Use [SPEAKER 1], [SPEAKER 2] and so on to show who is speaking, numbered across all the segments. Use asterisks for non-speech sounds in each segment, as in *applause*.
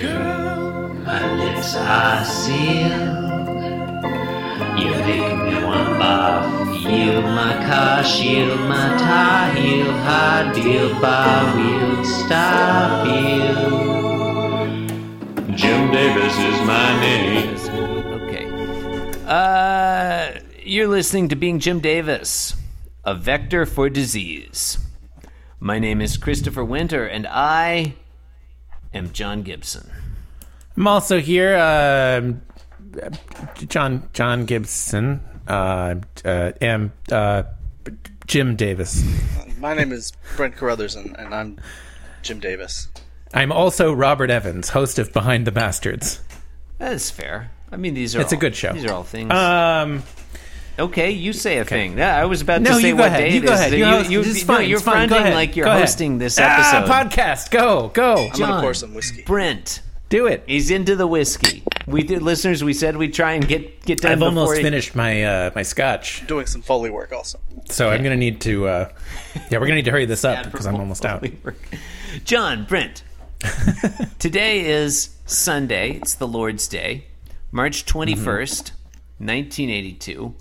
[SPEAKER 1] Girl,
[SPEAKER 2] My lips are sealed. You make me want to barf. Yield my car, shield my tie, heel, hard deal, bar wheel, stop you. Jim Davis is my name.
[SPEAKER 3] Okay. Uh, you're listening to Being Jim Davis, a vector for disease. My name is Christopher Winter, and I am John Gibson.
[SPEAKER 1] I'm also here. um John John Gibson, uh, uh, and uh, Jim Davis.
[SPEAKER 4] My name is Brent Carruthers, and, and I'm Jim Davis.
[SPEAKER 1] I'm also Robert Evans, host of Behind the Bastards.
[SPEAKER 3] That's fair. I mean, these are
[SPEAKER 1] It's a
[SPEAKER 3] all-
[SPEAKER 1] good show.
[SPEAKER 3] These are all things.
[SPEAKER 1] Um,
[SPEAKER 3] okay, you say a thing. Yeah, I was about
[SPEAKER 1] No,
[SPEAKER 3] to say
[SPEAKER 1] you go
[SPEAKER 3] what
[SPEAKER 1] ahead.
[SPEAKER 3] day
[SPEAKER 1] You
[SPEAKER 3] it
[SPEAKER 1] go
[SPEAKER 3] is.
[SPEAKER 1] ahead.
[SPEAKER 3] You,
[SPEAKER 1] You know, it's-
[SPEAKER 3] you-
[SPEAKER 1] this is
[SPEAKER 3] no,
[SPEAKER 1] fine.
[SPEAKER 3] you're
[SPEAKER 1] It's fine. Go
[SPEAKER 3] fronting
[SPEAKER 1] ahead.
[SPEAKER 3] like you're
[SPEAKER 1] Go ahead.
[SPEAKER 3] hosting this episode.
[SPEAKER 1] ah, podcast. Go, go,
[SPEAKER 4] I'm gonna
[SPEAKER 3] John.
[SPEAKER 4] pour some whiskey.
[SPEAKER 3] Brent,
[SPEAKER 1] do it.
[SPEAKER 3] he's into the whiskey. We did, listeners. We said we'd try and get get done.
[SPEAKER 1] I've
[SPEAKER 3] before
[SPEAKER 1] almost
[SPEAKER 3] he-
[SPEAKER 1] finished my uh, my scotch,
[SPEAKER 4] Doing some foley work also.
[SPEAKER 1] so I'm gonna need to. Uh, yeah, we're gonna need to hurry this up because I'm almost
[SPEAKER 4] *laughs*
[SPEAKER 1] out.
[SPEAKER 3] John
[SPEAKER 1] *laughs*
[SPEAKER 3] Brent. Today is Sunday. It's the Lord's Day, March twenty nineteen eighty two.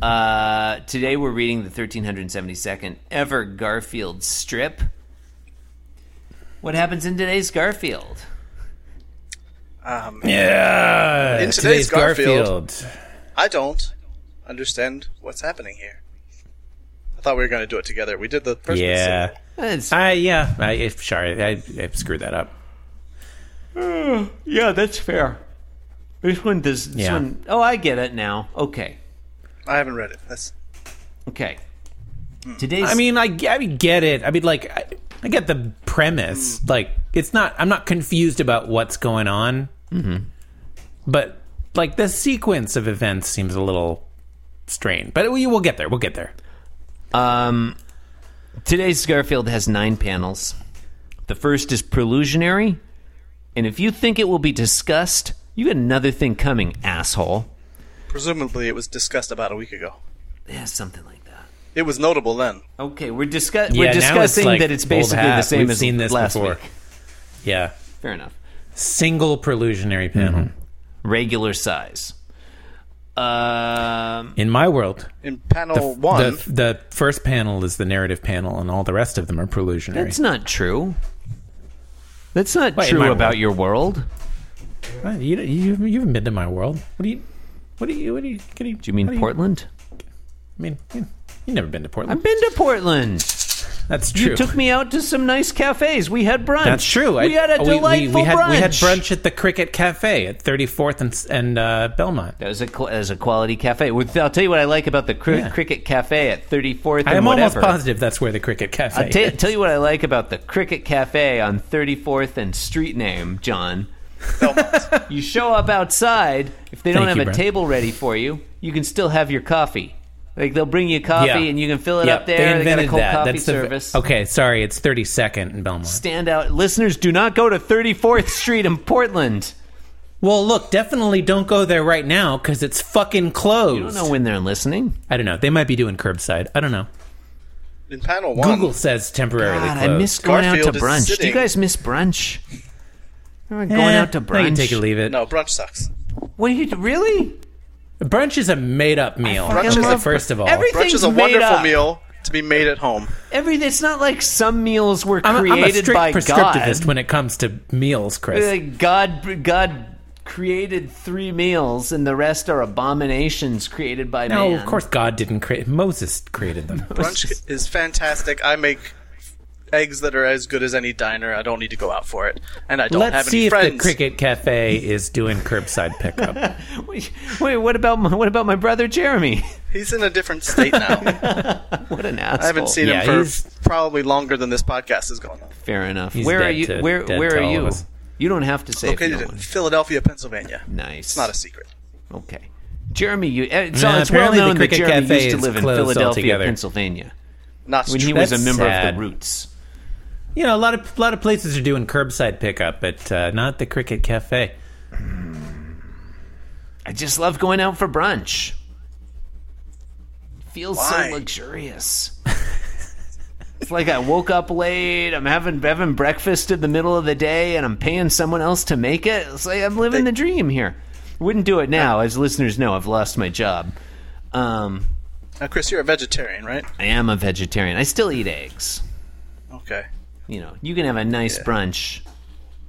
[SPEAKER 3] Uh, today we're reading the thirteen hundred seventy second ever Garfield strip. What happens in today's Garfield?
[SPEAKER 1] Yeah,
[SPEAKER 4] In today's Garfield.
[SPEAKER 1] Garfield.
[SPEAKER 4] I don't understand what's happening here. I thought we were gonna do it together. We did the first one
[SPEAKER 1] Yeah.
[SPEAKER 4] separate.
[SPEAKER 3] That's-
[SPEAKER 1] I yeah, I if sorry, I, I screwed that up.
[SPEAKER 3] yeah, that's fair. This one does. This
[SPEAKER 1] Yeah.
[SPEAKER 3] one, oh, I get it now. Okay,
[SPEAKER 4] I haven't read it. That's
[SPEAKER 3] okay. Today's.
[SPEAKER 1] I mean, I, g- I get it. I mean, like, I, I get the premise.
[SPEAKER 3] Mm.
[SPEAKER 1] Like, it's not. I'm not confused about what's going on. Mm-hmm. But like the sequence of events seems a little strained. But we will get there. We'll get there.
[SPEAKER 3] Um, today's Garfield has nine panels. The first is prelusionary, and if you think it will be discussed, you got another thing coming, asshole.
[SPEAKER 4] presumably it was discussed about a week ago.
[SPEAKER 3] Yeah, something like that.
[SPEAKER 4] It was notable then.
[SPEAKER 3] Okay, we're discuss
[SPEAKER 1] Yeah,
[SPEAKER 3] we're
[SPEAKER 1] now it's
[SPEAKER 3] discussing
[SPEAKER 1] like
[SPEAKER 3] that it's
[SPEAKER 1] old
[SPEAKER 3] basically the
[SPEAKER 1] hat.
[SPEAKER 3] same
[SPEAKER 1] We've
[SPEAKER 3] as
[SPEAKER 1] seen this
[SPEAKER 3] last
[SPEAKER 1] before.
[SPEAKER 3] week.
[SPEAKER 1] Yeah,
[SPEAKER 3] Fair enough.
[SPEAKER 1] single prelusionary panel
[SPEAKER 3] Mm-hmm. Regular size. Um,
[SPEAKER 1] in my world.
[SPEAKER 4] In panel Oh, one,
[SPEAKER 1] The, the first panel is the narrative panel, and all the rest of them are prelusionary.
[SPEAKER 3] that's not true. That's not
[SPEAKER 1] Wait, in my
[SPEAKER 3] true about
[SPEAKER 1] world.
[SPEAKER 3] your world.
[SPEAKER 1] What? You, you, you haven't been to my world. What do you? What do you? What do you? What do you,
[SPEAKER 3] Do you mean
[SPEAKER 1] what
[SPEAKER 3] Portland?
[SPEAKER 1] I mean, you, you've never been to Portland.
[SPEAKER 3] I've been to Portland.
[SPEAKER 1] That's true.
[SPEAKER 3] You took me out to some nice cafes. We had brunch.
[SPEAKER 1] That's true.
[SPEAKER 3] We had a
[SPEAKER 1] we-
[SPEAKER 3] delightful
[SPEAKER 1] we, we had,
[SPEAKER 3] brunch.
[SPEAKER 1] We had brunch at the Cricket Cafe at 34th and, s- and uh, Belmont.
[SPEAKER 3] That was a, qu- that was a quality cafe. With- I'll tell you what I like about the cri-
[SPEAKER 1] Yeah.
[SPEAKER 3] Cricket Cafe at 34th and
[SPEAKER 1] I am almost
[SPEAKER 3] whatever.
[SPEAKER 1] positive that's where the Cricket Cafe
[SPEAKER 3] I'll ta-
[SPEAKER 1] is.
[SPEAKER 3] tell you what I like about the Cricket Cafe on 34th and street name, John. you show up outside. If they don't
[SPEAKER 1] Thank
[SPEAKER 3] have
[SPEAKER 1] you,
[SPEAKER 3] a
[SPEAKER 1] Brent.
[SPEAKER 3] table ready for you, you can still have your coffee. Like they'll bring you coffee
[SPEAKER 1] Yeah.
[SPEAKER 3] and you can fill it
[SPEAKER 1] Yeah,
[SPEAKER 3] up there.
[SPEAKER 1] They
[SPEAKER 3] got a
[SPEAKER 1] invented
[SPEAKER 3] cold
[SPEAKER 1] that.
[SPEAKER 3] coffee
[SPEAKER 1] that's the-
[SPEAKER 3] service.
[SPEAKER 1] okay, sorry. It's 32nd in Belmont.
[SPEAKER 3] Stand out, listeners. Do not go to 34th Street in Portland.
[SPEAKER 1] well, look, definitely don't go there right now because it's fucking closed.
[SPEAKER 3] I don't know when they're listening.
[SPEAKER 1] I don't know. They might be doing curbside. I don't know.
[SPEAKER 4] in panel one,
[SPEAKER 1] Google says temporarily
[SPEAKER 3] God, I
[SPEAKER 1] closed.
[SPEAKER 3] miss going out
[SPEAKER 4] Garfield
[SPEAKER 3] to
[SPEAKER 4] is
[SPEAKER 3] brunch. Do you
[SPEAKER 4] sitting.
[SPEAKER 3] guys miss brunch? Remember going
[SPEAKER 1] Eh,
[SPEAKER 3] out to
[SPEAKER 1] I can
[SPEAKER 3] brunch.
[SPEAKER 1] take it or leave it.
[SPEAKER 4] no brunch sucks.
[SPEAKER 3] What do you do- really?
[SPEAKER 1] Brunch is a made-up meal.
[SPEAKER 3] fucking
[SPEAKER 4] Brunch is
[SPEAKER 3] love
[SPEAKER 4] a-
[SPEAKER 1] First of all,
[SPEAKER 3] Everything's
[SPEAKER 4] Brunch is a
[SPEAKER 3] made
[SPEAKER 4] wonderful
[SPEAKER 3] up.
[SPEAKER 4] meal to be made at home.
[SPEAKER 3] Every it's not like some meals were
[SPEAKER 1] I'm, a- I'm a
[SPEAKER 3] created
[SPEAKER 1] strict
[SPEAKER 3] by
[SPEAKER 1] prescriptivist
[SPEAKER 3] God.
[SPEAKER 1] when it comes to meals, Chris.
[SPEAKER 3] Like, God, God created three meals, and the rest are abominations created by
[SPEAKER 1] no,
[SPEAKER 3] man.
[SPEAKER 1] of course God didn't create. Moses created
[SPEAKER 4] *laughs*
[SPEAKER 1] them. *laughs*
[SPEAKER 4] Brunch is fantastic. I make eggs that are as good as any diner. I don't need to go out for it, and I don't have
[SPEAKER 1] Let's see
[SPEAKER 4] any
[SPEAKER 1] if
[SPEAKER 4] friends.
[SPEAKER 1] the Cricket Cafe is doing curbside
[SPEAKER 4] *laughs*
[SPEAKER 1] pickup.
[SPEAKER 3] *laughs* Wait, wait, what about my, what about my brother Jeremy? *laughs*
[SPEAKER 4] He's in a different state now.
[SPEAKER 3] what an asshole!
[SPEAKER 4] I haven't seen
[SPEAKER 1] Yeah,
[SPEAKER 4] him for
[SPEAKER 1] he's-
[SPEAKER 4] probably longer than this podcast is going on.
[SPEAKER 3] Fair enough.
[SPEAKER 1] He's
[SPEAKER 3] Where
[SPEAKER 1] dead
[SPEAKER 3] are you?
[SPEAKER 1] to-
[SPEAKER 3] where
[SPEAKER 1] dead
[SPEAKER 3] where
[SPEAKER 1] to
[SPEAKER 3] are
[SPEAKER 1] all
[SPEAKER 3] you?
[SPEAKER 1] of us.
[SPEAKER 3] You don't have to say. if you
[SPEAKER 4] Located
[SPEAKER 3] don't
[SPEAKER 4] in
[SPEAKER 3] want.
[SPEAKER 4] Philadelphia, Pennsylvania.
[SPEAKER 3] Nice.
[SPEAKER 4] It's not a secret.
[SPEAKER 3] Okay. Jeremy, you, uh, it's,
[SPEAKER 1] Nah,
[SPEAKER 3] it's well
[SPEAKER 1] apparently the
[SPEAKER 3] known that
[SPEAKER 1] Cricket
[SPEAKER 3] Jeremy
[SPEAKER 1] Cafe
[SPEAKER 3] used to
[SPEAKER 1] is
[SPEAKER 3] live in
[SPEAKER 1] closed
[SPEAKER 3] Philadelphia,
[SPEAKER 1] altogether.
[SPEAKER 3] Pennsylvania,
[SPEAKER 4] Not
[SPEAKER 3] when he
[SPEAKER 4] true.
[SPEAKER 3] was a
[SPEAKER 1] That's
[SPEAKER 3] member of
[SPEAKER 1] sad.
[SPEAKER 3] the Roots.
[SPEAKER 1] you know, a lot of a lot of places are doing curbside pickup, but uh, not the Cricket Cafe.
[SPEAKER 3] I just love going out for brunch. Feels
[SPEAKER 4] Why?
[SPEAKER 3] so luxurious. *laughs* It's like I woke up late. I'm having having breakfast in the middle of the day, and I'm paying someone else to make it. It's like I'm living the dream here. Wouldn't do it now, as listeners know. I've lost my job. Um,
[SPEAKER 4] Now, Chris, you're a vegetarian, right?
[SPEAKER 3] I am a vegetarian. I still eat eggs.
[SPEAKER 4] Okay.
[SPEAKER 3] You know, you can have a nice brunch.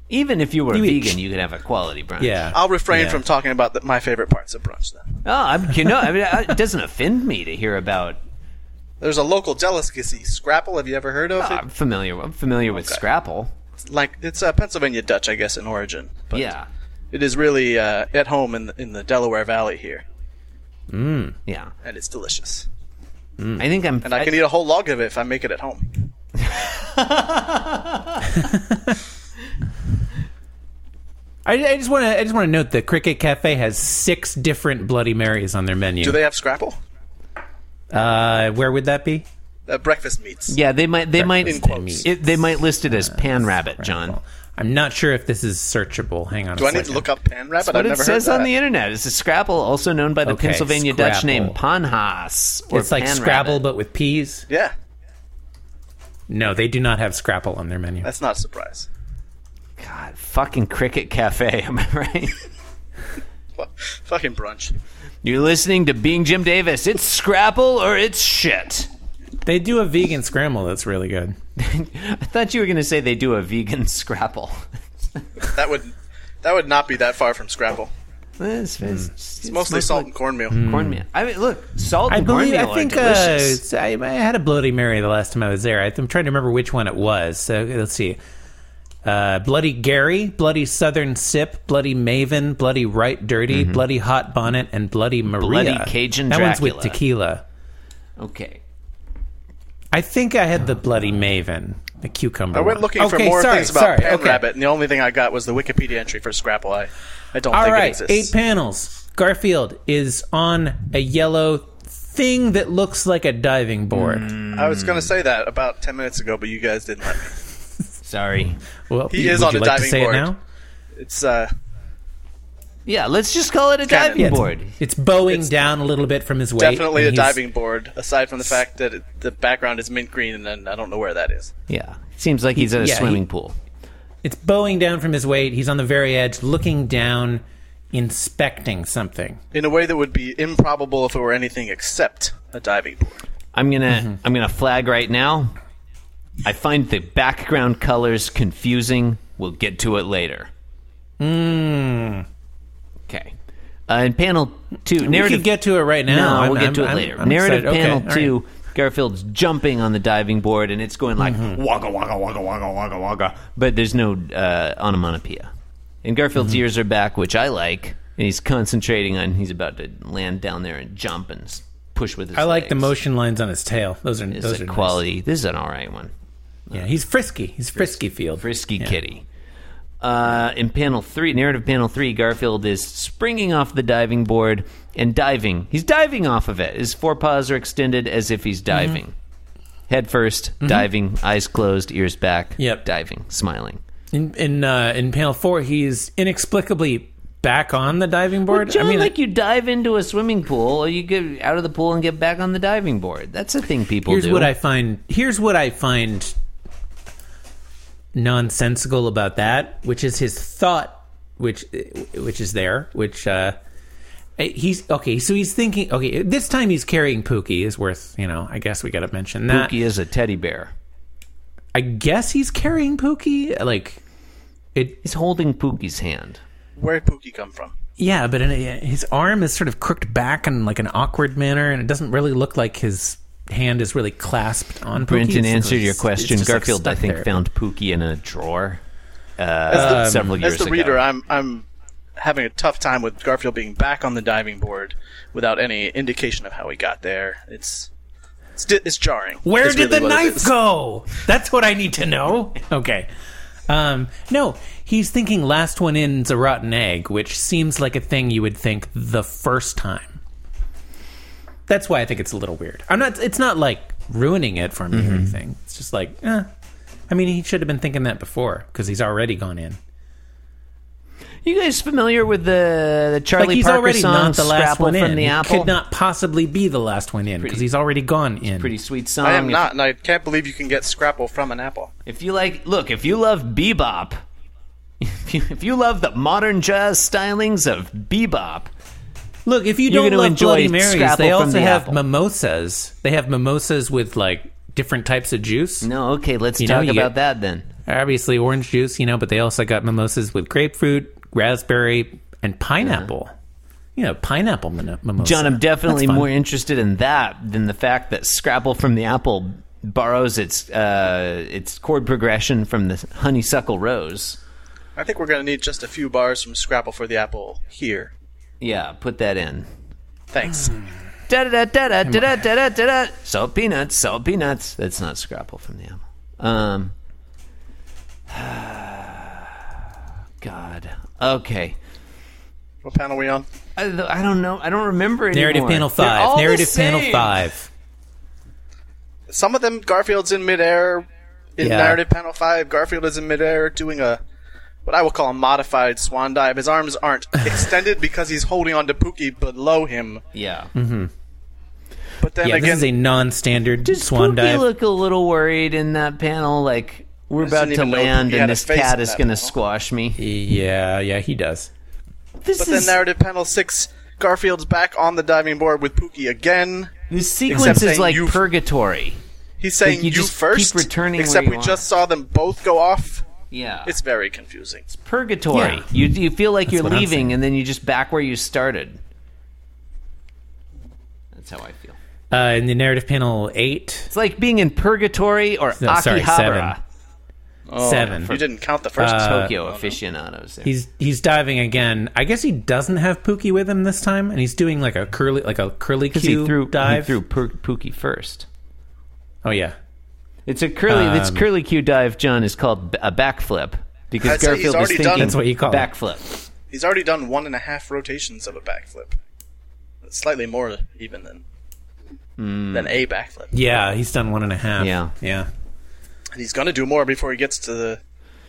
[SPEAKER 3] Even if you were a
[SPEAKER 1] eat
[SPEAKER 3] vegan,
[SPEAKER 1] ch-
[SPEAKER 3] you could have a quality brunch.
[SPEAKER 1] Yeah.
[SPEAKER 4] I'll refrain
[SPEAKER 1] Yeah.
[SPEAKER 4] from talking about the, my favorite parts of brunch then.
[SPEAKER 3] Oh, I'm, you know, I
[SPEAKER 4] *laughs*
[SPEAKER 3] mean, I- it doesn't offend me to hear about.
[SPEAKER 4] There's a local delicacy, scrapple. Have you ever heard of
[SPEAKER 3] I'm familiar. I'm familiar with Scrapple.
[SPEAKER 4] it? Like it's uh, Pennsylvania Dutch, I guess, in origin. But
[SPEAKER 3] Yeah,
[SPEAKER 4] It is really uh, at home in the, in the Delaware Valley here,
[SPEAKER 3] yeah.
[SPEAKER 4] and it's delicious.
[SPEAKER 3] I think I'm.
[SPEAKER 4] Hmm. And I, can eat a whole log of it if I make it at home.
[SPEAKER 1] I, I just want to. I just want to note that Cricket Cafe has six different Bloody Marys on their menu.
[SPEAKER 4] Do they have scrapple?
[SPEAKER 1] uh, where would that be?
[SPEAKER 4] Uh, breakfast meats.
[SPEAKER 3] Yeah, they might. They might.
[SPEAKER 4] in quotes. Uh,
[SPEAKER 3] It, they might list it as pan rabbit, John.
[SPEAKER 1] I'm not sure if this is searchable. Hang on.
[SPEAKER 4] Do I need to look up pan rabbit?
[SPEAKER 3] But
[SPEAKER 4] I've
[SPEAKER 3] it
[SPEAKER 4] never
[SPEAKER 3] says
[SPEAKER 4] heard that.
[SPEAKER 3] on the internet, it's a Scrapple, also known by the
[SPEAKER 1] Okay,
[SPEAKER 3] Pennsylvania Dutch name Panhas. Or
[SPEAKER 1] It's like
[SPEAKER 3] pan
[SPEAKER 1] Scrabble,
[SPEAKER 3] rabbit.
[SPEAKER 1] but with peas.
[SPEAKER 4] Yeah,
[SPEAKER 1] No, they do not have Scrapple on their menu.
[SPEAKER 4] that's not a surprise.
[SPEAKER 3] God, fucking Cricket Cafe. *laughs* Am I right?
[SPEAKER 4] Well, fucking brunch.
[SPEAKER 3] You're listening to Being Jim Davis. It's Scrapple or it's shit.
[SPEAKER 1] They do a vegan scramble that's really good.
[SPEAKER 3] I thought you were going to say they do a vegan *laughs* Scrapple.
[SPEAKER 4] That would that would not be that far from scrapple.
[SPEAKER 3] It's, it's- it's
[SPEAKER 4] Mm. Mostly salt Mm. and cornmeal.
[SPEAKER 1] Hmm.
[SPEAKER 3] cornmeal. I mean, look, salt
[SPEAKER 1] I
[SPEAKER 3] and
[SPEAKER 1] believe.
[SPEAKER 3] cornmeal
[SPEAKER 1] I think
[SPEAKER 3] are
[SPEAKER 1] uh,
[SPEAKER 3] delicious.
[SPEAKER 1] it's- I, I had a Bloody Mary the last time I was there. I, I'm trying to remember which one it was. So let's see. Uh, Bloody Gary, Bloody Southern Sip, Bloody Maven, Bloody Right Dirty, Bloody Hot Bonnet, and Bloody Maria.
[SPEAKER 3] Mm-hmm. Bloody Cajun
[SPEAKER 1] That one's with
[SPEAKER 3] Dracula.
[SPEAKER 1] tequila.
[SPEAKER 3] okay.
[SPEAKER 1] I think I had the Bloody Maven, the cucumber.
[SPEAKER 4] I went
[SPEAKER 1] one.
[SPEAKER 4] looking for
[SPEAKER 1] Okay,
[SPEAKER 4] more
[SPEAKER 1] sorry,
[SPEAKER 4] things about
[SPEAKER 1] sorry,
[SPEAKER 4] pan
[SPEAKER 1] okay.
[SPEAKER 4] rabbit, and the only thing I got was the Wikipedia entry for scrapple. I, I don't
[SPEAKER 1] All
[SPEAKER 4] think
[SPEAKER 1] right,
[SPEAKER 4] it
[SPEAKER 1] eight
[SPEAKER 4] exists.
[SPEAKER 1] panels. Garfield is on a yellow thing that looks like a diving board.
[SPEAKER 4] I was going to say that about ten minutes ago, but you guys didn't let me.
[SPEAKER 3] Sorry.
[SPEAKER 1] Well,
[SPEAKER 4] He
[SPEAKER 1] would
[SPEAKER 4] is
[SPEAKER 1] you
[SPEAKER 4] on a
[SPEAKER 1] like to
[SPEAKER 4] diving
[SPEAKER 1] say
[SPEAKER 4] board.
[SPEAKER 1] It now?
[SPEAKER 4] It's uh,
[SPEAKER 3] Yeah, let's just call it a
[SPEAKER 4] Cannon.
[SPEAKER 3] diving
[SPEAKER 1] Yeah, it's-
[SPEAKER 3] board.
[SPEAKER 1] It's bowing down a little bit from his weight.
[SPEAKER 4] definitely
[SPEAKER 1] and
[SPEAKER 4] a
[SPEAKER 1] he's-
[SPEAKER 4] diving board. Aside from the fact that it, the background is mint green, and then I don't know where that is.
[SPEAKER 3] Yeah. Seems like he's at a
[SPEAKER 1] Yeah, he-
[SPEAKER 3] swimming pool.
[SPEAKER 1] It's bowing down from his weight. He's on the very edge, looking down, inspecting something.
[SPEAKER 4] In a way that would be improbable if it were anything except a diving board.
[SPEAKER 3] I'm gonna
[SPEAKER 1] Mm-hmm.
[SPEAKER 3] I'm gonna flag right now. I find the background colors confusing. We'll get to it later. Okay. Uh, in panel two,
[SPEAKER 1] Hmm. we
[SPEAKER 3] narrative.
[SPEAKER 1] could get to it right now.
[SPEAKER 3] no,
[SPEAKER 1] I'm-
[SPEAKER 3] we'll get
[SPEAKER 1] I'm-
[SPEAKER 3] to it
[SPEAKER 1] I'm-
[SPEAKER 3] later.
[SPEAKER 1] I'm
[SPEAKER 3] narrative
[SPEAKER 1] excited. Okay,
[SPEAKER 3] panel
[SPEAKER 1] all right. Mm-hmm.
[SPEAKER 3] two. Garfield's jumping on the diving board, and it's going like waka waka waka waka waka waka. But there's no uh, onomatopoeia. And Garfield's
[SPEAKER 1] Mm-hmm.
[SPEAKER 3] ears are back, which I like. And he's concentrating on. He's about to land down there and jump and s- push with his.
[SPEAKER 1] I like the
[SPEAKER 3] legs.
[SPEAKER 1] motion lines on his tail. Those are
[SPEAKER 3] It's
[SPEAKER 1] those
[SPEAKER 3] a
[SPEAKER 1] are nice.
[SPEAKER 3] quality. This is an all right one.
[SPEAKER 1] Yeah, he's frisky. He's frisky field.
[SPEAKER 3] Frisky Kitty. Uh, in panel three, narrative panel three, Garfield is springing off the diving board and diving. He's diving off of it. His forepaws are extended as if he's
[SPEAKER 1] Mm-hmm.
[SPEAKER 3] diving. Head 1st diving, eyes closed, ears back.
[SPEAKER 1] Yep.
[SPEAKER 3] Diving, smiling.
[SPEAKER 1] In in uh, in panel four, he's inexplicably back on the diving board.
[SPEAKER 3] John,
[SPEAKER 1] I mean,
[SPEAKER 3] like you dive into a swimming pool, or you get out of the pool and get back on the diving board. That's a thing people
[SPEAKER 1] here's
[SPEAKER 3] do.
[SPEAKER 1] what I find. Here's what I find nonsensical about that, which is his thought, which which is there, which uh, he's okay. So he's thinking. Okay, this time he's carrying Pookie. Is worth you know. I guess we got to mention that.
[SPEAKER 3] Pookie is a teddy bear.
[SPEAKER 1] I guess he's carrying Pookie. Like it.
[SPEAKER 3] He's holding Pookie's hand.
[SPEAKER 4] Where did Pookie come from?
[SPEAKER 1] Yeah, but in a, his arm is sort of crooked back in like an awkward manner, and it doesn't really look like his hand is really clasped on. Pookie.
[SPEAKER 3] Brenton
[SPEAKER 1] It's-
[SPEAKER 3] answered your
[SPEAKER 1] it's-
[SPEAKER 3] question.
[SPEAKER 1] it's just, like,
[SPEAKER 3] Garfield, I
[SPEAKER 1] stuck
[SPEAKER 3] think,
[SPEAKER 1] there.
[SPEAKER 3] found Pookie in a drawer uh,
[SPEAKER 4] the-
[SPEAKER 3] several years
[SPEAKER 4] As the
[SPEAKER 3] ago.
[SPEAKER 4] reader, I'm I'm having a tough time with Garfield being back on the diving board without any indication of how he got there. It's it's, di- it's jarring.
[SPEAKER 1] Where
[SPEAKER 4] is
[SPEAKER 1] did
[SPEAKER 4] really
[SPEAKER 1] the
[SPEAKER 4] what it
[SPEAKER 1] knife
[SPEAKER 4] is.
[SPEAKER 1] go? That's what I need to know. *laughs* Okay. Um, no, he's thinking last one in's a rotten egg, which seems like a thing you would think the first time. That's why I think it's a little weird. I'm not. It's not like ruining it for me or anything. It's just like, eh. I mean, he should have been thinking that before because he's already gone in.
[SPEAKER 3] You guys familiar with the, the Charlie
[SPEAKER 1] Like he's
[SPEAKER 3] Parker
[SPEAKER 1] already
[SPEAKER 3] song
[SPEAKER 1] not the last
[SPEAKER 3] "Scrapple
[SPEAKER 1] one
[SPEAKER 3] from
[SPEAKER 1] in.
[SPEAKER 3] the
[SPEAKER 1] He
[SPEAKER 3] Apple"?
[SPEAKER 1] could not possibly be the last one in because he's already gone in.
[SPEAKER 3] Pretty sweet song.
[SPEAKER 4] I am
[SPEAKER 3] If-
[SPEAKER 4] not, and I can't believe you can get Scrapple from an apple.
[SPEAKER 3] If you like, look, if you love bebop, *laughs* if you, if you love the modern jazz stylings of bebop,
[SPEAKER 1] Look, if you
[SPEAKER 3] You're
[SPEAKER 1] don't
[SPEAKER 3] gonna
[SPEAKER 1] love
[SPEAKER 3] enjoy
[SPEAKER 1] Bloody Marys,
[SPEAKER 3] Scrapple
[SPEAKER 1] they
[SPEAKER 3] from
[SPEAKER 1] also
[SPEAKER 3] the
[SPEAKER 1] have
[SPEAKER 3] apple.
[SPEAKER 1] mimosas. They have mimosas with like different types of juice.
[SPEAKER 3] no, okay, let's
[SPEAKER 1] You know,
[SPEAKER 3] talk
[SPEAKER 1] you
[SPEAKER 3] about
[SPEAKER 1] get-
[SPEAKER 3] that then.
[SPEAKER 1] Obviously, orange juice, you know, but they also got mimosas with grapefruit, raspberry, and pineapple. You know, pineapple min- mimosa.
[SPEAKER 3] Uh-huh. John, I'm
[SPEAKER 1] That's
[SPEAKER 3] definitely
[SPEAKER 1] fun.
[SPEAKER 3] more interested in that than the fact that Scrapple from the Apple borrows its uh, its chord progression from the Honeysuckle Rose.
[SPEAKER 4] I think we're going to need just a few bars from Scrapple for the Apple here.
[SPEAKER 3] Yeah, put that in.
[SPEAKER 4] Thanks.
[SPEAKER 1] Hmm.
[SPEAKER 3] Da da da da da da da da da. Salt peanuts, salt peanuts. That's not Scrapple from the Apple. Um. *sighs* God. Okay.
[SPEAKER 4] what panel are we on?
[SPEAKER 3] I, I don't know. I don't remember anymore.
[SPEAKER 1] Narrative panel
[SPEAKER 3] They're all
[SPEAKER 1] five.
[SPEAKER 3] the
[SPEAKER 1] Narrative panel
[SPEAKER 3] same.
[SPEAKER 1] five.
[SPEAKER 4] Some of them, Garfield's in midair. In
[SPEAKER 1] Yeah.
[SPEAKER 4] narrative panel five, Garfield is in midair doing a what I will call a modified swan dive. His arms aren't *laughs* extended because he's holding on to Pookie below him.
[SPEAKER 3] Yeah.
[SPEAKER 1] Mm-hmm.
[SPEAKER 4] But then
[SPEAKER 1] Yeah,
[SPEAKER 4] again,
[SPEAKER 1] this is a non-standard
[SPEAKER 3] Does
[SPEAKER 1] swan
[SPEAKER 3] Pookie
[SPEAKER 1] dive.
[SPEAKER 3] look a little worried in that panel? Like we're about to
[SPEAKER 4] even know
[SPEAKER 3] land
[SPEAKER 4] Pookie
[SPEAKER 3] and
[SPEAKER 4] had a
[SPEAKER 3] this
[SPEAKER 4] face
[SPEAKER 3] cat
[SPEAKER 4] in
[SPEAKER 3] is
[SPEAKER 4] that
[SPEAKER 3] going to
[SPEAKER 4] panel.
[SPEAKER 3] squash me.
[SPEAKER 1] yeah, yeah, he does.
[SPEAKER 3] This
[SPEAKER 4] but
[SPEAKER 3] is
[SPEAKER 4] then narrative panel six, Garfield's back on the diving board with Pookie again.
[SPEAKER 3] this sequence is
[SPEAKER 4] saying
[SPEAKER 3] like
[SPEAKER 4] you-
[SPEAKER 3] purgatory.
[SPEAKER 4] He's saying
[SPEAKER 3] Like, you just keep
[SPEAKER 4] first,
[SPEAKER 3] returning where
[SPEAKER 4] except
[SPEAKER 3] you
[SPEAKER 4] we
[SPEAKER 3] are.
[SPEAKER 4] just saw them both go off.
[SPEAKER 3] Yeah,
[SPEAKER 4] It's very confusing.
[SPEAKER 3] purgatory.
[SPEAKER 1] Yeah.
[SPEAKER 3] You you feel like you're
[SPEAKER 1] what I'm
[SPEAKER 3] leaving
[SPEAKER 1] saying.
[SPEAKER 3] and then you just back where you started. That's how I feel.
[SPEAKER 1] Uh, in the narrative panel eight,
[SPEAKER 3] It's like being in purgatory or
[SPEAKER 1] No, sorry,
[SPEAKER 3] Akihabara. Oh,
[SPEAKER 1] seven.
[SPEAKER 4] You didn't count the first.
[SPEAKER 3] Tokyo aficionados. There.
[SPEAKER 1] Uh, He's he's diving again. I guess he doesn't have Pookie with him this time, and he's doing like a curly like a curly
[SPEAKER 3] 'Cause
[SPEAKER 1] cue
[SPEAKER 3] he threw
[SPEAKER 1] dive.
[SPEAKER 3] He threw Pur- Pookie first.
[SPEAKER 1] Oh yeah,
[SPEAKER 3] It's a curly. it's
[SPEAKER 1] Um,
[SPEAKER 3] curly Q dive. John is called b- a backflip because
[SPEAKER 4] I'd say he's
[SPEAKER 3] Garfield is
[SPEAKER 4] already
[SPEAKER 3] thinking
[SPEAKER 4] done- That's
[SPEAKER 1] what you call it.
[SPEAKER 3] backflip.
[SPEAKER 4] He's already done one and a half rotations of a backflip. Slightly more even than
[SPEAKER 3] Hmm.
[SPEAKER 4] than a backflip.
[SPEAKER 1] yeah. He's done one and a half.
[SPEAKER 3] Yeah.
[SPEAKER 1] yeah.
[SPEAKER 4] And he's gonna do more before he gets to the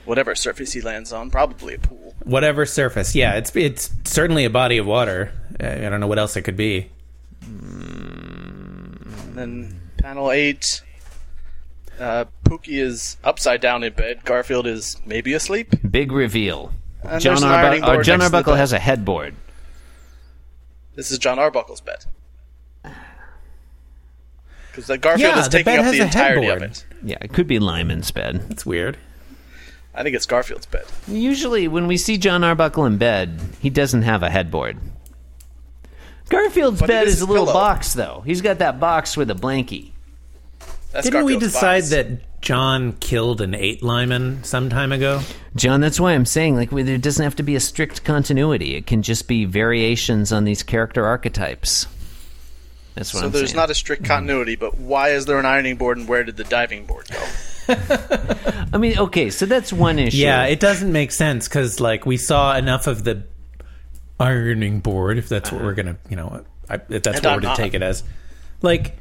[SPEAKER 4] whatever surface he lands on, probably a pool.
[SPEAKER 1] Whatever surface. Yeah, it's it's certainly a body of water. Uh, I don't know what else it could be.
[SPEAKER 4] And then panel eight. Uh, Pookie is upside down in bed. Garfield is maybe asleep.
[SPEAKER 3] Big reveal.
[SPEAKER 4] And
[SPEAKER 3] John,
[SPEAKER 4] there's an
[SPEAKER 3] Arbu-
[SPEAKER 4] ironing
[SPEAKER 3] uh,
[SPEAKER 4] board
[SPEAKER 3] John
[SPEAKER 4] next to the
[SPEAKER 3] Arbuckle
[SPEAKER 4] bed.
[SPEAKER 3] has a headboard.
[SPEAKER 4] This is John Arbuckle's
[SPEAKER 1] *sighs*
[SPEAKER 4] bed. Because Garfield
[SPEAKER 1] Yeah,
[SPEAKER 4] is
[SPEAKER 1] the
[SPEAKER 4] taking
[SPEAKER 1] bed
[SPEAKER 4] up
[SPEAKER 1] has
[SPEAKER 4] the
[SPEAKER 1] a
[SPEAKER 4] entirety of
[SPEAKER 1] headboard.
[SPEAKER 4] it.
[SPEAKER 3] Yeah, it could be Lyman's bed.
[SPEAKER 1] That's weird.
[SPEAKER 4] I think it's Garfield's bed.
[SPEAKER 3] Usually, when we see John Arbuckle in bed, he doesn't have a headboard. Garfield's
[SPEAKER 4] But it
[SPEAKER 3] bed
[SPEAKER 4] is
[SPEAKER 3] is, a little
[SPEAKER 4] pillow.
[SPEAKER 3] box, though. He's got that box with a blankie.
[SPEAKER 4] That's
[SPEAKER 1] Didn't we
[SPEAKER 4] Garfield's
[SPEAKER 1] decide
[SPEAKER 4] box.
[SPEAKER 1] that John killed an eight lineman some time ago?
[SPEAKER 3] John, that's why I'm saying like there doesn't have to be a strict continuity. It can just be variations on these character archetypes. That's what
[SPEAKER 4] So
[SPEAKER 3] I'm
[SPEAKER 4] there's
[SPEAKER 3] saying.
[SPEAKER 4] not a
[SPEAKER 1] Hmm.
[SPEAKER 4] strict continuity, but why is there an ironing board and where did the diving board go?
[SPEAKER 3] I mean, okay, so that's one issue.
[SPEAKER 1] Yeah, it doesn't make sense because like we saw enough of the ironing board. If that's what
[SPEAKER 3] Uh-huh.
[SPEAKER 1] we're gonna, you know, I, if that's
[SPEAKER 4] And
[SPEAKER 1] what
[SPEAKER 4] I'm
[SPEAKER 1] we're to
[SPEAKER 4] not-
[SPEAKER 1] take it as, like,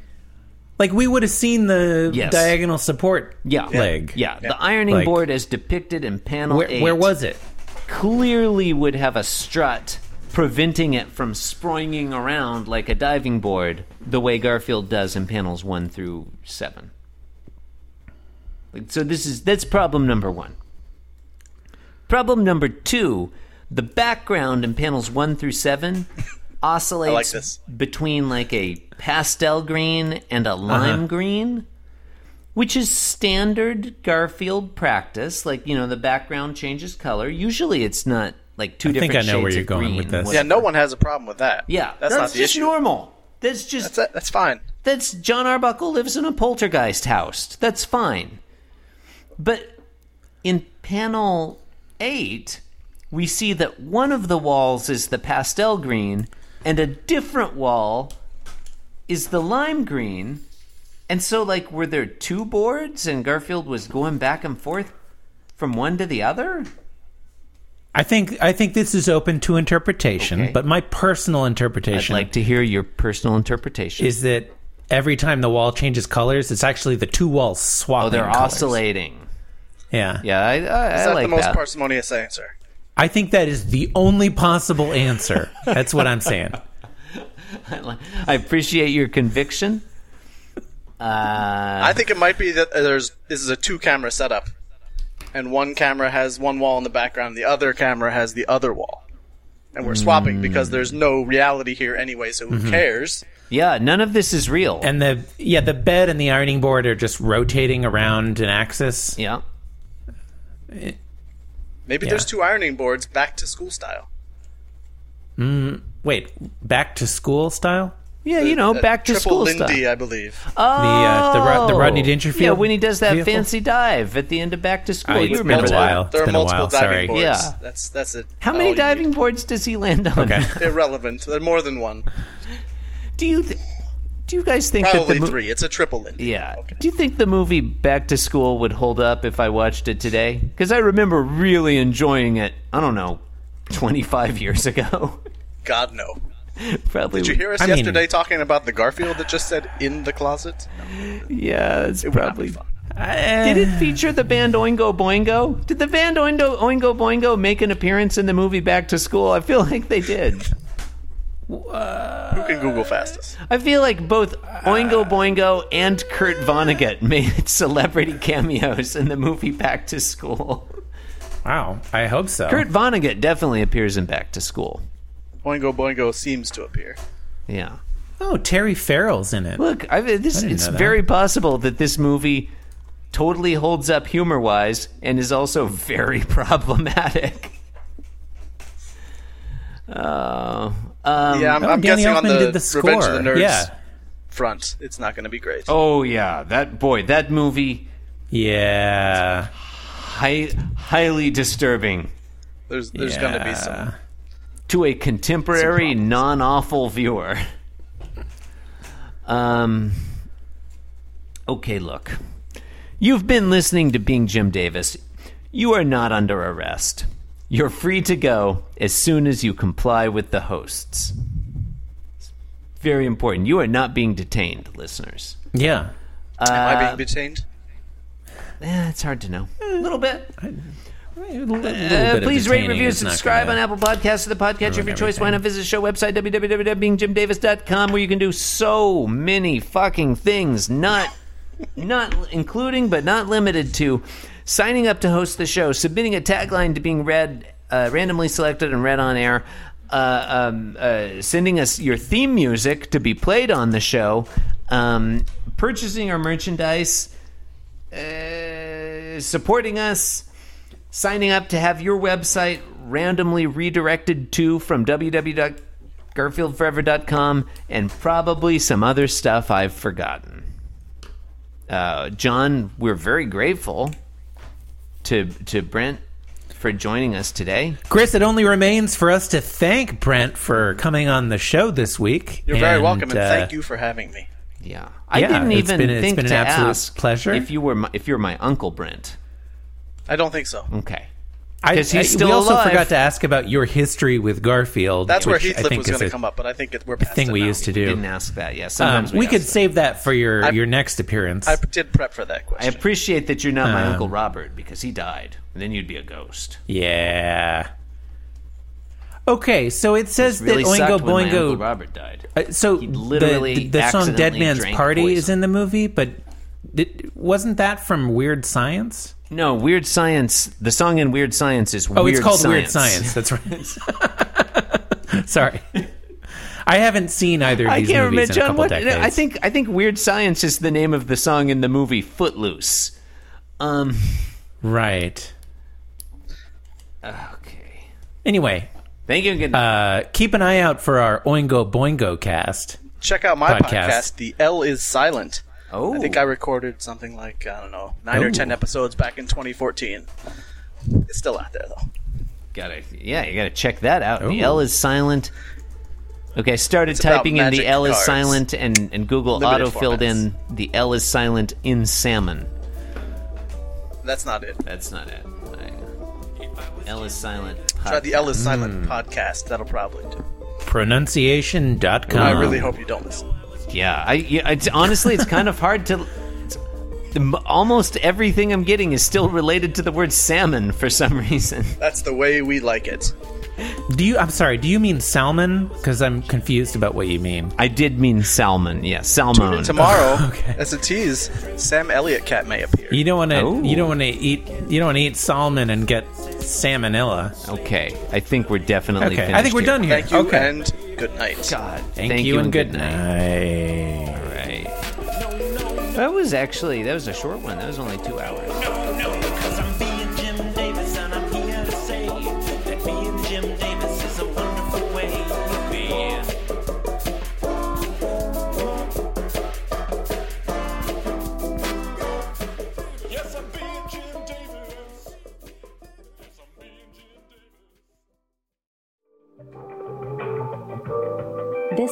[SPEAKER 1] like we would have seen the
[SPEAKER 3] Yes.
[SPEAKER 1] diagonal support
[SPEAKER 3] yeah,
[SPEAKER 1] leg.
[SPEAKER 3] Yeah, the ironing
[SPEAKER 1] Like-
[SPEAKER 3] board as depicted in panel
[SPEAKER 1] where,
[SPEAKER 3] eight.
[SPEAKER 1] where was it?
[SPEAKER 3] clearly would have a strut preventing it from springing around like a diving board the way Garfield does in panels 1 through 7. Like, so this is that's problem number 1. Problem number 2, the background in panels 1 through 7 oscillates
[SPEAKER 4] this.
[SPEAKER 3] between like a pastel green and a lime green which is standard Garfield practice. Like you know, the background changes color. Usually, it's not like two
[SPEAKER 1] I think
[SPEAKER 3] different.
[SPEAKER 1] I know where
[SPEAKER 3] shades
[SPEAKER 1] you're
[SPEAKER 3] of
[SPEAKER 1] going
[SPEAKER 3] green,
[SPEAKER 1] with this.
[SPEAKER 4] Yeah,
[SPEAKER 3] whatever.
[SPEAKER 4] no one has a problem with that.
[SPEAKER 3] Yeah,
[SPEAKER 4] that's, not the
[SPEAKER 3] just
[SPEAKER 4] issue.
[SPEAKER 3] normal. That's just
[SPEAKER 4] That's it. That's fine.
[SPEAKER 3] that's John Arbuckle lives in a poltergeist house. That's fine. But in panel eight, we see that one of the walls is the pastel green, and a different wall is the lime green. And so, like, were there two boards, and Garfield was going back and forth from one to the other?
[SPEAKER 1] I think I think this is open to interpretation,
[SPEAKER 3] Okay.
[SPEAKER 1] but my personal
[SPEAKER 3] I'd
[SPEAKER 1] interpretation
[SPEAKER 3] like to hear your personal interpretation.
[SPEAKER 1] is that every time the wall changes colors, it's actually the two walls
[SPEAKER 3] oh,
[SPEAKER 1] swapping.
[SPEAKER 3] they're
[SPEAKER 1] colors.
[SPEAKER 3] oscillating.
[SPEAKER 1] Yeah.
[SPEAKER 3] Yeah, I, I, I
[SPEAKER 4] Is that
[SPEAKER 3] like
[SPEAKER 4] the most
[SPEAKER 3] that.
[SPEAKER 4] parsimonious answer?
[SPEAKER 1] I think that is the only possible answer. That's what I'm saying.
[SPEAKER 3] *laughs* I appreciate your conviction.
[SPEAKER 4] I think it might be that uh, there's this is a two camera setup, and one camera has one wall in the background, the other camera has the other wall, and we're swapping
[SPEAKER 1] Mm.
[SPEAKER 4] because there's no reality here anyway. So who
[SPEAKER 1] Mm-hmm.
[SPEAKER 4] cares?
[SPEAKER 3] Yeah, none of this is real.
[SPEAKER 1] And the yeah, the bed and the ironing board are just rotating around an axis.
[SPEAKER 3] yeah.
[SPEAKER 4] Maybe there's two ironing boards back to school style.
[SPEAKER 1] Wait, back to school style?
[SPEAKER 3] Yeah, you know,
[SPEAKER 4] Uh,
[SPEAKER 3] Oh, back to
[SPEAKER 4] triple
[SPEAKER 3] school
[SPEAKER 4] Lindy,
[SPEAKER 3] stuff.
[SPEAKER 4] I believe.
[SPEAKER 3] Oh,
[SPEAKER 1] The, uh, the Ro- the Rodney Dangerfield
[SPEAKER 3] Yeah, when he does that
[SPEAKER 1] vehicle?
[SPEAKER 3] fancy dive at the end of Back to School.
[SPEAKER 1] I-
[SPEAKER 3] you
[SPEAKER 1] it's been
[SPEAKER 3] remember
[SPEAKER 1] a
[SPEAKER 3] that?
[SPEAKER 1] while. It's
[SPEAKER 4] There are
[SPEAKER 1] been a
[SPEAKER 4] multiple
[SPEAKER 1] while, sorry.
[SPEAKER 4] diving boards.
[SPEAKER 3] Yeah.
[SPEAKER 4] That's that's it.
[SPEAKER 3] How
[SPEAKER 4] all
[SPEAKER 3] many
[SPEAKER 4] Oh, you
[SPEAKER 3] diving boards does he land on?
[SPEAKER 1] Okay.
[SPEAKER 4] need. Irrelevant. There are more than one.
[SPEAKER 3] *laughs* Do you th- do you guys think that
[SPEAKER 4] Probably
[SPEAKER 3] the mo-
[SPEAKER 4] three. It's a triple Lindy.
[SPEAKER 3] Yeah.
[SPEAKER 4] Okay.
[SPEAKER 3] Do you think the movie Back to School would hold up if I watched it today? Because I remember really enjoying it. I don't know, twenty five years ago. *laughs*
[SPEAKER 4] God no.
[SPEAKER 3] Probably.
[SPEAKER 4] Did you hear us
[SPEAKER 1] I mean-
[SPEAKER 4] yesterday talking about the Garfield that just said in the closet?
[SPEAKER 3] Yeah, it's
[SPEAKER 4] would not
[SPEAKER 3] probably.
[SPEAKER 4] be fun.
[SPEAKER 1] I-
[SPEAKER 3] Did it feature the band Oingo Boingo? Did the band Oingo, Oingo Boingo make an appearance in the movie Back to School? I feel *laughs* like they did.
[SPEAKER 4] Who can Google fastest?
[SPEAKER 3] I feel like both Oingo Boingo and Kurt Vonnegut made *laughs* celebrity cameos in the movie Back to School.
[SPEAKER 1] wow, I hope so.
[SPEAKER 3] Kurt Vonnegut definitely appears in Back to School.
[SPEAKER 4] Boingo Boingo seems to appear.
[SPEAKER 3] Yeah.
[SPEAKER 1] Oh, Terry Farrell's in it.
[SPEAKER 3] Look, I, this
[SPEAKER 1] didn't
[SPEAKER 3] it's
[SPEAKER 1] know that.
[SPEAKER 3] very possible that this movie totally holds up humor-wise and is also very *laughs* problematic. Uh, um,
[SPEAKER 4] Yeah, I'm,
[SPEAKER 1] Oh,
[SPEAKER 4] I'm
[SPEAKER 1] Danny
[SPEAKER 4] guessing on
[SPEAKER 1] Elfman
[SPEAKER 4] the,
[SPEAKER 1] did the score.
[SPEAKER 4] Revenge of the Nerds
[SPEAKER 1] Yeah,
[SPEAKER 4] front, it's not going to be great.
[SPEAKER 3] Oh yeah, that boy, that movie
[SPEAKER 1] yeah.
[SPEAKER 3] high, highly disturbing
[SPEAKER 4] There's there's going to be some.
[SPEAKER 3] to a contemporary, non-awful viewer. Um. Okay, look. You've been listening to Being Jim Davis. You are not under arrest. You're free to go as soon as you comply with the hosts. Very important. You are not being detained, listeners. Uh,
[SPEAKER 1] yeah.
[SPEAKER 4] Am
[SPEAKER 1] Uh,
[SPEAKER 4] I being detained?
[SPEAKER 3] Eh, it's hard to know. A little bit.
[SPEAKER 1] A little
[SPEAKER 3] Uh,
[SPEAKER 1] bit of
[SPEAKER 3] please rate,
[SPEAKER 1] detaining
[SPEAKER 3] review,
[SPEAKER 1] is not
[SPEAKER 3] subscribe
[SPEAKER 1] gonna-
[SPEAKER 3] on Apple Podcasts to the podcast of your choice. Why
[SPEAKER 1] everything.
[SPEAKER 3] not visit the show website, www.beingjimdavis.com, where you can do so many fucking things, not, not including but not limited to signing up to host the show, submitting a tagline to being read, uh, randomly selected and read on air, uh, um, uh, sending us your theme music to be played on the show, um, purchasing our merchandise, uh, supporting us signing up to have your website randomly redirected to from www.garfieldforever.com and probably some other stuff I've forgotten. Uh, John, we're very grateful to to Brent for joining us today.
[SPEAKER 1] Chris, it only remains for us to thank Brent for coming on the show this week.
[SPEAKER 4] You're very welcome, and
[SPEAKER 1] uh,
[SPEAKER 4] thank you for having me.
[SPEAKER 3] Yeah, I
[SPEAKER 1] Yeah,
[SPEAKER 3] didn't
[SPEAKER 1] it's
[SPEAKER 3] even
[SPEAKER 1] been- it's
[SPEAKER 3] think
[SPEAKER 1] been an
[SPEAKER 3] to
[SPEAKER 1] absolute
[SPEAKER 3] ask
[SPEAKER 1] pleasure.
[SPEAKER 3] if you were my, if you're my uncle Brent.
[SPEAKER 4] I don't think so.
[SPEAKER 3] Okay,
[SPEAKER 1] I,
[SPEAKER 3] 'Cause he's
[SPEAKER 1] I-
[SPEAKER 3] still
[SPEAKER 1] we also
[SPEAKER 3] alive.
[SPEAKER 1] forgot to ask about your history with Garfield.
[SPEAKER 4] That's where
[SPEAKER 1] which I
[SPEAKER 4] Heathcliff
[SPEAKER 1] think
[SPEAKER 4] was
[SPEAKER 1] is
[SPEAKER 4] going to
[SPEAKER 1] a
[SPEAKER 4] come up, but I think it, we're past
[SPEAKER 1] Thing
[SPEAKER 4] it
[SPEAKER 1] we
[SPEAKER 4] now.
[SPEAKER 1] used to do.
[SPEAKER 3] didn't ask that. Yeah,
[SPEAKER 1] Um,
[SPEAKER 3] sometimes
[SPEAKER 1] we
[SPEAKER 3] ask
[SPEAKER 1] could
[SPEAKER 3] that.
[SPEAKER 1] save that for your,
[SPEAKER 4] I-
[SPEAKER 1] your next appearance.
[SPEAKER 4] I did prep for that
[SPEAKER 3] I
[SPEAKER 4] question.
[SPEAKER 3] appreciate that you're not my
[SPEAKER 1] Um,
[SPEAKER 3] uncle Robert because he died, and then you'd be a ghost.
[SPEAKER 1] yeah. Okay, so it says
[SPEAKER 3] really
[SPEAKER 1] that Oingo
[SPEAKER 3] sucked when my Uncle
[SPEAKER 1] Boingo.
[SPEAKER 3] Robert died.
[SPEAKER 1] uh, so
[SPEAKER 3] literally
[SPEAKER 1] the, the song "Dead
[SPEAKER 3] accidentally
[SPEAKER 1] Man's
[SPEAKER 3] drank
[SPEAKER 1] Party"
[SPEAKER 3] poison.
[SPEAKER 1] is in the movie, but did, wasn't that from Weird Science?
[SPEAKER 3] No, Weird Science. The song in Weird Science is
[SPEAKER 1] Oh,
[SPEAKER 3] Weird
[SPEAKER 1] it's called
[SPEAKER 3] *laughs*
[SPEAKER 1] Weird
[SPEAKER 3] Science.
[SPEAKER 1] Science. That's right. *laughs* Sorry, I haven't seen either of
[SPEAKER 3] I
[SPEAKER 1] these
[SPEAKER 3] can't
[SPEAKER 1] movies
[SPEAKER 3] remember
[SPEAKER 1] in a
[SPEAKER 3] John.
[SPEAKER 1] couple
[SPEAKER 3] What
[SPEAKER 1] decades.
[SPEAKER 3] I think I think Weird Science is the name of the song in the movie Footloose. Um.
[SPEAKER 1] right.
[SPEAKER 3] Okay.
[SPEAKER 1] Anyway,
[SPEAKER 3] Thank you. and Good night.
[SPEAKER 1] uh, keep an eye out for our Oingo Boingo cast.
[SPEAKER 4] Check out my
[SPEAKER 1] Podcast.
[SPEAKER 4] podcast. The L is silent.
[SPEAKER 3] oh,
[SPEAKER 4] I think I recorded something like I don't know nine or
[SPEAKER 1] Oh.
[SPEAKER 4] ten episodes back in 2014. It's still out there though.
[SPEAKER 3] gotta. Yeah, you gotta check that out. The
[SPEAKER 1] Ooh.
[SPEAKER 3] L is silent. Okay, I started
[SPEAKER 4] about
[SPEAKER 3] typing in the
[SPEAKER 4] magic
[SPEAKER 3] L is
[SPEAKER 4] cards.
[SPEAKER 3] silent, and and Google
[SPEAKER 4] Limited
[SPEAKER 3] auto filled in the L is silent in salmon.
[SPEAKER 4] That's not it.
[SPEAKER 3] That's not it. I- L is silent.
[SPEAKER 1] Uh,
[SPEAKER 4] Try the L is
[SPEAKER 1] hmm.
[SPEAKER 4] silent podcast. That'll probably do.
[SPEAKER 1] Pronunciation.com. Um,
[SPEAKER 4] I really hope you don't listen.
[SPEAKER 3] Yeah, I, yeah it's, honestly, it's kind of hard to. It's, m- almost everything I'm getting is still related to the word salmon for some *laughs* reason.
[SPEAKER 4] That's the way we like it.
[SPEAKER 1] Do you? I'm sorry. Do you mean salmon? Because I'm confused about what you mean.
[SPEAKER 3] I did mean salmon. Yeah, salmon.
[SPEAKER 4] Tomorrow,
[SPEAKER 1] *laughs* Okay.
[SPEAKER 4] as a tease, Sam Elliott cat may appear.
[SPEAKER 1] You don't want
[SPEAKER 3] Oh.
[SPEAKER 1] to. You don't want to eat. You don't want to eat salmon and get salmonella.
[SPEAKER 3] Okay, I think we're definitely
[SPEAKER 1] Okay.
[SPEAKER 3] finished.
[SPEAKER 1] I think we're
[SPEAKER 3] here.
[SPEAKER 1] done here.
[SPEAKER 4] Thank you
[SPEAKER 1] okay.
[SPEAKER 4] and good night.
[SPEAKER 3] God,
[SPEAKER 1] Thank, you, and good night.
[SPEAKER 3] All right. That was actually that was a short one. That was only two hours.
[SPEAKER 5] Cause I'm being Jim Davis and I'm here to say that being Jim Davis is a wonderful way to be. Yes, I'm being Jim Davis. Yes, I'm being Jim Davis.
[SPEAKER 6] This